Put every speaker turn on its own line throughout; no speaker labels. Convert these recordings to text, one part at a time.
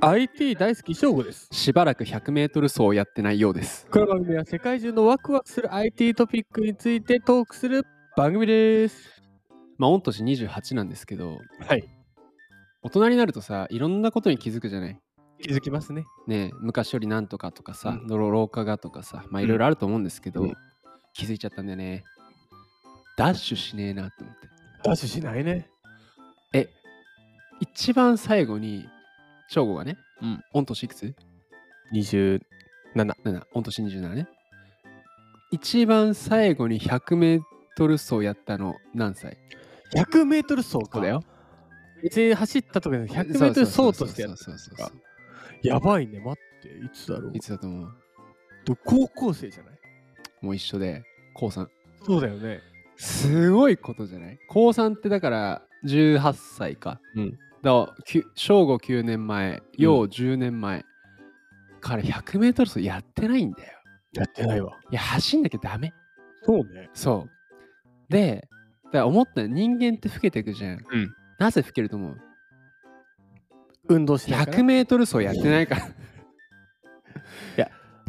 IT 大好き翔吾です。
しばらく100メートル走をやってないようです。
この番組は世界中のワクワクする IT トピックについてトークする番組です。
まあ、御年28なんですけど、
はい。
大人になるとさ、いろんなことに気づくじゃない。
気づきますね。
ねえ昔よりなんとかとかさ、
う
泥老化がとかさ、まあ、
うん
いろいろあると思うんですけど、
うん
気づいちゃったんだよね。ダッシュしねえなって思って。
ダッシュしないね。
え、一番最後に、翔吾がね、
うん、
御年いくつ
27。
なんだ、御年27ね。一番最後に100メートル走やったの何歳
100メートル走
そ
か。
うだよ。。
別に走った時の100メートル走としてやった
そうそうそう
か
そう
やばいね。待って、いつだろう
い。つだと思う
ど高校生じゃない
もう一緒で、高3。
そうだよね。
すごいことじゃない高3ってだから18歳か。
うん。
だからきゅ正午9年前、陽10年前、から100メートル走やってないんだよ。
やってないわ。
いや、走んなきゃダメ。
そうね。
そう。で、だから思ったの人間って老けていくじゃん。
うん。
なぜ老けると思う
運動しないから。
100メートル走やってないから。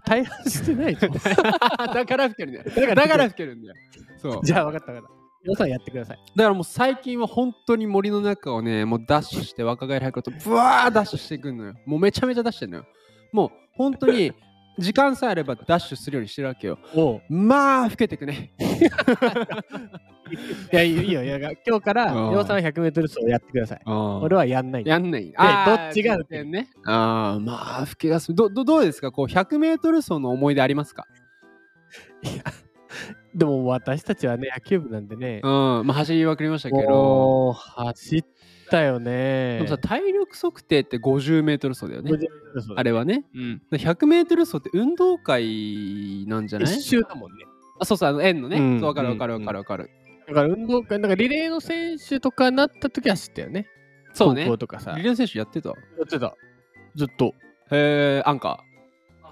大半してない ぞ。
だから老けるんだよ。
だから
だから老けるんだよ。そう。
じゃあ分かった分かった。皆さんやってください。
だからもう最近は本当に森の中をね、もうダッシュして若返り早くと、ブワーダッシュしていくのよ。もうめちゃめちゃダッシュしてんのよ。もう本当に時間さえあればダッシュするようにしてるわけよ。
おう
まあ、老けていくね。
いや、いいよ、いいよいや。今日から、
うん
洋さんは 100m 走をやってください。俺はやんない。
やんない。あー
どっちが老ける
点ね。ああ、まあ、老けがすどどどうですかこう、100メートル走の思い出ありますか
でも私たちはね、野球部なんでね
う、ん。まあ、走り分かりましたけど。
もう走ったよね
でも。さ、体力測定って50メートル走だよね。
50そう
あれはね。
うん、
100メートル走って運動会なんじゃない
一周だもんね。
あ、そうそう、あの円のね。
うん
そう、わかるわかるわかるわかる。
だから運動会、なんかリレーの選手とかなった時は走ったよね。
そうね
高校。とかさ。
リ
や
レーの選手やってた。へ
ってた。ずっと。
え、アンカ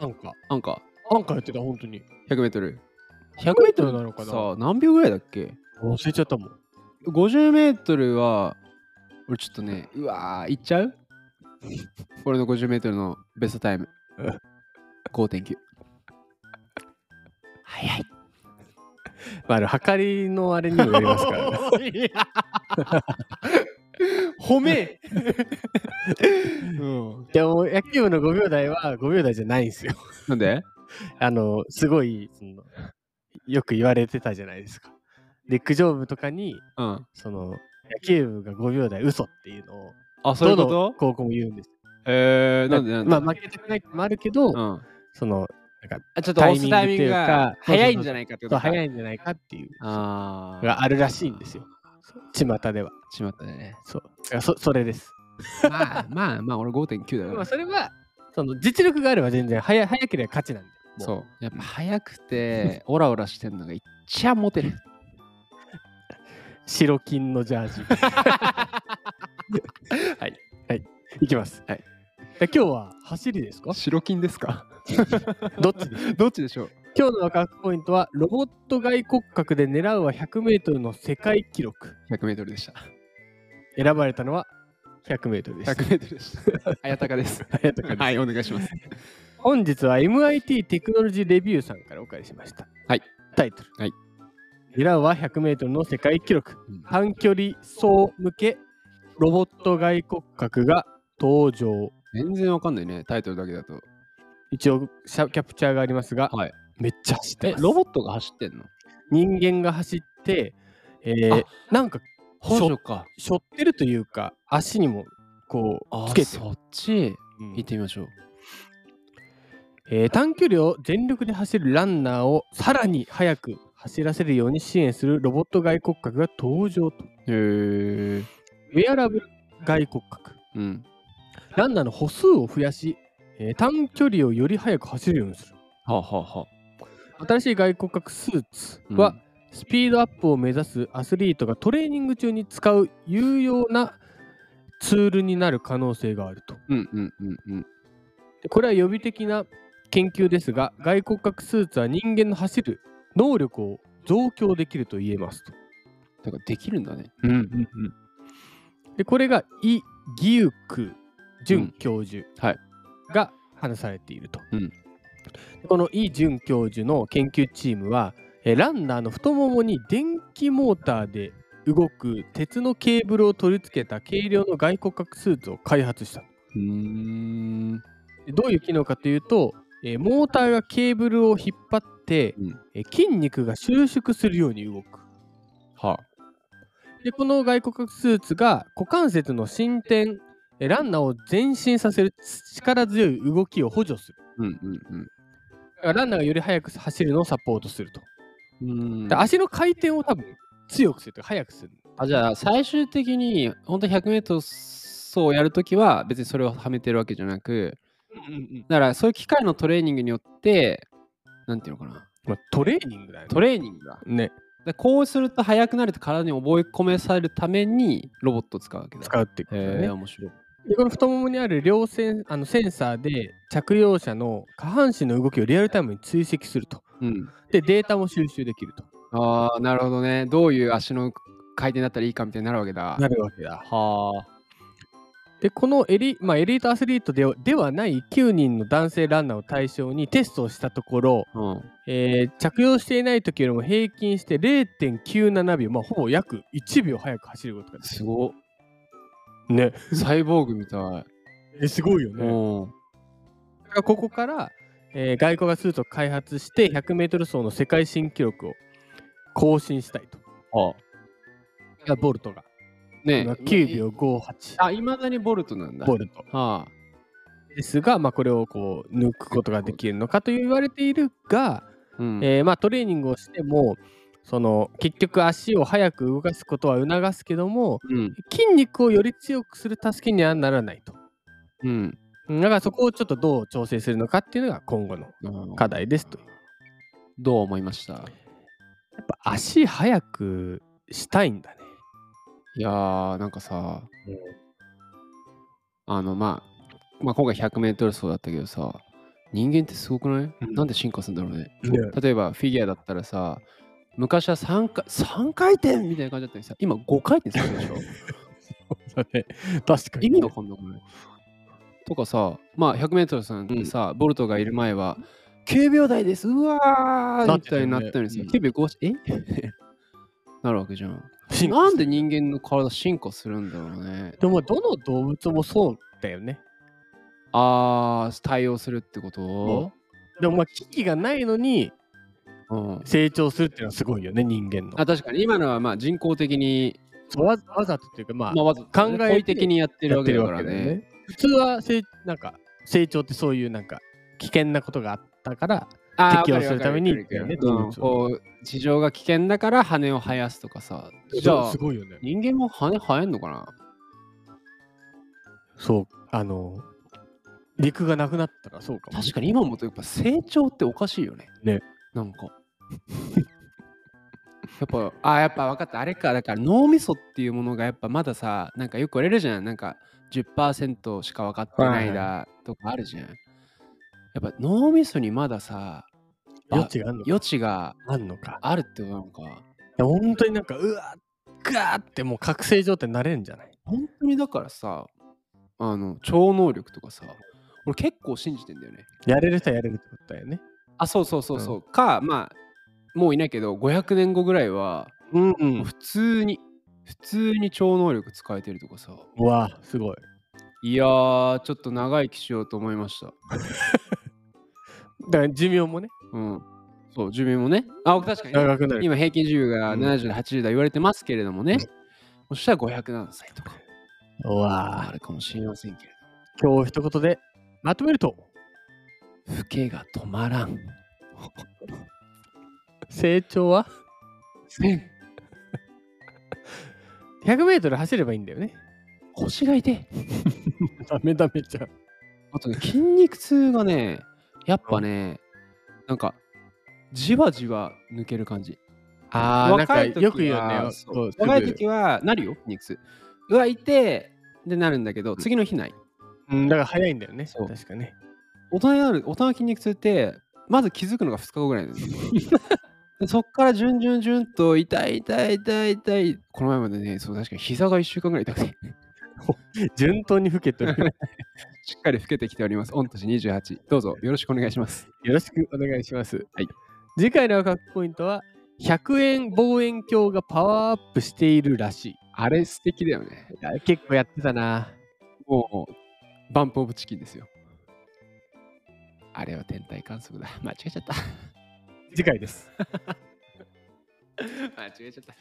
なんか、
ー、アンカ
なんかやってた、本当に。
ー、100メートル。
100メートルなのかな
さあ、何秒ぐらいだっけ
忘れちゃったもん。
50メートルは、俺ちょっとね、うわー、いっちゃう俺の50メートルのベストタイム
うん。
5.9。早い。
まあ、あの、はかりのあれにもよりますからね。
褒めうん。
でも、野球部の5秒台は5秒台じゃないんですよ。
なんで
あの、すごい、その、よく言われてたじゃないですか。陸上部とかに、
うん。
その、野球部が5秒台嘘っていうのを、
あ、そういうこ
ど
と
の高校も言うんです。
えー、なんでなんで
まあ、負けたくないってのもあるけど、
うん。
その、
あちょっと押すタイミングが
タイミングっていうか
早いんじゃないかって
ちょっと
ことか
早いんじゃないかっていう、
ああ。
があるらしいんですよ。巷では。
しまったね。
そう。だからそそれです。
まあまあまあ、俺5.9だよ、
まあ、それは、その、実力があれば全然、早早ければ勝ちなんで。。
そうう。やっぱ早くて、オラオラしてんのがいっちゃモテる。
白金のジャー ジ。はい。はい。いきます。
はい
で。今日は走りですか
白金ですか
どっちです
どっちでしょう
今日のワクワクポイントは、ロボット外骨格で狙うは100メートルの世界記録。
?100 メートルで した。
選ばれたのは100メートルです。
100メートルで した。綾鷹です。
ありがとうございます
はい、お願いします。
本日は MIT テクノロジーレビューさんからお借りしました。
はい。
タイトル。
はい。
狙うは100メートルの世界記録。
うん
短距離走向けロボット外骨格が登場。
全然わかんないね、タイトルだけだと。
一応シャキャプチャーがありますが、
はい。
めっちゃ走って
え
ま、す
ロボットが走ってんの
人間が走って、えー
あ
なんか
補助か。
背負ってるというか足にもこ
あ
う
ー
つけてる、
そっち。
うん
行ってみましょう。
えー短距離を全力で走るランナーをさらに速く走らせるように支援するロボット外骨格が登場と
へえ。
ウェアラブル外骨格
うん。
ランナーの歩数を増やし、えー短距離をより速く走るようにする
はあ、はあは
新しい外骨格スーツ
あ、
は、
うん
スピードアップを目指すアスリートがトレーニング中に使う有用なツールになる可能性があると。
うんうんうんうん。
でこれは予備的な研究ですが、外骨格スーツは人間の走る能力を増強できると言えますと。
だからできるんだね。うんうんうん。
でこれがイ・ギューク准教授
はい
が話されていると。
うん
でこのイ准教授の研究チームは、えーランナーの太ももに電気モーターで動く鉄のケーブルを取り付けた軽量の外骨格スーツを開発した。
うーん。
でどういう機能かというと、えーモーターがケーブルを引っ張って、
うん
えー筋肉が収縮するように動く。
は
でこの外骨格スーツが股関節の伸展えランナーを前進させる力強い動きを補助する
うんうん
だからランナーがより速く走るのをサポートすると
うん。う
で
ーん。
足の回転を多分強くするとか速くする
あじゃあ最終的に本当1 0 0ル走をやるときは別にそれをはめてるわけじゃなくだからそういう機械のトレーニングによってなんていうのかな
まあ、トレーニングだよね
トレーニングだ
ね
でこうすると速くなると体に覚え込めされるためにロボットを使うわけだ。
使うっていうことだ
へえ、
ね
面白い。
でこの太ももにある両センあのセンサーで着用者の下半身の動きをリアルタイムに追跡すると
うん、
でデータも収集できると
ああ、なるほどね。どういう足の回転だったらいいかみたいになるわけだ。
なるわけだ
は
でこのエリ,、まあ、エリートアスリートではではない9人の男性ランナーを対象にテストをしたところ、
あ。うん。
えー着用していない時よりも平均して0.97秒、まあ、ほぼ約1秒早く走ることがです
ごっ。
きね
サイボーグみた い。
えすごいよね。
うん。
だからここから、えー、外交がスーツを開発して 100m 走の世界新記録を更新したいと。だ
は
からボルトが
ね
今9秒。58
あ、いまだにボルトなんだ。
ボルト
はあ。
ですが、まあ、これをこう抜くことができるのかと言われているが、
うん。
えーまあ、トレーニングをしてもその結局足を速く動かすことは促すけども
うん。
筋肉をより強くする助けにはならないと
うん。
うんだからそこをちょっとどう調整するのかっていうのが今後の
うん
課題ですとや
どう思いました
っぱ足速くしたいんだね
いやー、なんかさ、あの、まあ、まあ、今回 100m 走だったけどさ、人間ってすごくない、
うん
なんで進化するんだろうね。 例えば、フィギュアだったらさ、昔は3回三回転みたいな感じだったのにさ、今5回転するでし ょ
確か
意味わかんなくないとかさ、まあ、100m さんってさ、ボルトがいる前は、9秒台ですうわー
なっ
み
てた
た
よ
い
ね
になったのにさ、
うん
9秒58、え なるわけじゃん。
進化
なんで人間の体進化するんだろうね。
でもどの動物もそうだよね
あー、対応するってこと
でもまあ危機がないのに
うん。
成長するっていうのはすごいよね人間の
あ、確かに、今のはまあ人工的に、
そうわわざとっていうかまあ
まあ、わざ
考えて
故意的にやってる
や
わ
っ
け
て
だ
る
か
わ
ら
けだよ
ね。
ね。普通はせいなんか成長ってそういうなんか危険なことがあったから、
あー
適応するために
わかるわかる
動物を
うんこう地上が危険だから羽を生やすとかさ。じゃあ、
ごいよね。
人間も羽生えんのかな
そう、あの、陸がなくなったらそうかも。
確かに今もとやっぱ成長っておかしいよね。
ね。
なんか。 やっぱ、あー、やっぱ分かった。あれか。だから脳みそっていうものがやっぱまださ、なんかよく言われるじゃん。なんか10%しか分かってないだとかあるじゃん。やっぱ脳みそにまださ、
余地があるのか。
余地が
あんのか。
あるってことなのか。
いや本当になんか、うわガーってもう覚醒状態になれるんじゃない
本当にだからさ、あの、超能力とかさ、俺結構信じてんだよね。
やれる人はやれるってことだよね。
あ、そうそうそうそう。か、まあ、もういないけど、500年後ぐらいは、
うんう
もう。普通に、普通に超能力使えてるとかさ。
うわあすごい。
いやー、ちょっと長生きしようと思いました。
だから寿命もね、
うん。そう、寿命もね。あ、確か
長くな
に。
る。
今、平均寿命が
うん
70、80代言われてますけれどもね。そしたら500何歳とか
うわ
あ
あ
るかもしれませんけれ
今日一言でまとめると、
ど。老けが止まらん。
成長は 100m 走ればいいんだよね。
腰が痛い。
ダメダメじゃん。
あとね、筋肉痛がね、やっぱね、なんか、じわじわ抜ける感じ。
ああ、なんか
若い時は
よく言うよね。
そう
こうすぐ
若い時は、なるよ、筋肉痛。うわ、痛えってなるんだけど、次の日ない。
うん、だから早いんだよね。
そう
確かね。
大人になる、大人の筋肉痛って、まず気づくのが2日後ぐらいなんです よでそっから順々順々と痛い痛い痛い痛いこの前までねそう確かに膝が1週間ぐらい痛くて
順当に老けてる。
しっかり老けてきております。御年28。どうぞよろしくお願いします。
よろしくお願いします。
はい
次回のワクワクポイントは、100円望遠鏡がパワーアップしているらしい。
あれ素敵だよね。
あ結構やってたな。
もう、バンプオブチキンですよ。あれは天体観測だ。間違えちゃった。
次回です。
間違えちゃった。